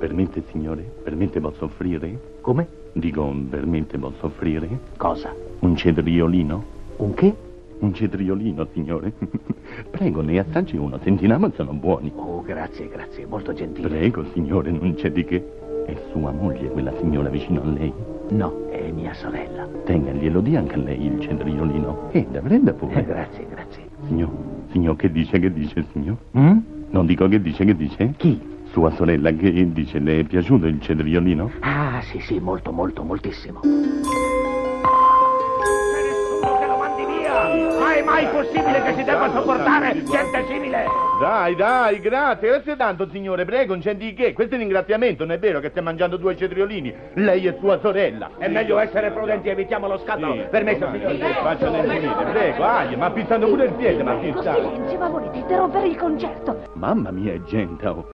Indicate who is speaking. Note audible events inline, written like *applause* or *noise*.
Speaker 1: Veramente, signore? Veramente posso offrire?
Speaker 2: Come?
Speaker 1: Dico, veramente posso offrire?
Speaker 2: Cosa?
Speaker 1: Un cetriolino?
Speaker 2: Un che?
Speaker 1: Un cetriolino, signore? *laughs* Prego, ne assaggi uno, sentinamo sono buoni.
Speaker 2: Oh, grazie, grazie, molto gentile.
Speaker 1: Prego, signore, non c'è di che. È sua moglie, quella signora vicino a lei.
Speaker 2: No, è
Speaker 3: *laughs*
Speaker 2: mia sorella.
Speaker 1: Tenga, glielo dia anche a lei il cetriolino. E da prenda
Speaker 2: Eh,
Speaker 1: pure.
Speaker 2: grazie, grazie.
Speaker 1: Signor, signor, che dice, che dice, signor?
Speaker 2: Mm?
Speaker 1: Non dico che dice, che dice?
Speaker 2: Chi?
Speaker 1: Sua sorella che dice, le è piaciuto il cetriolino?
Speaker 2: Ah, sì, sì, molto, molto, moltissimo.
Speaker 3: Nessuno che lo mandi via! Ma è mai possibile che si debba sopportare gente simile?
Speaker 4: Dai, dai, grazie, grazie tanto, signore, prego, non c'è di che. Questo è un ringraziamento, non è vero che stiamo mangiando due cetriolini. Lei e sua sorella.
Speaker 3: È meglio essere prudenti, evitiamo lo scandalo. Permesso, signore.
Speaker 4: Faccia le pulite, prego, aia, ma pizzando pure il piede, ma
Speaker 5: Ecco,
Speaker 4: pizza.
Speaker 5: silenzio, ma volete interrompere il concerto?
Speaker 1: Mamma mia, gente, oh.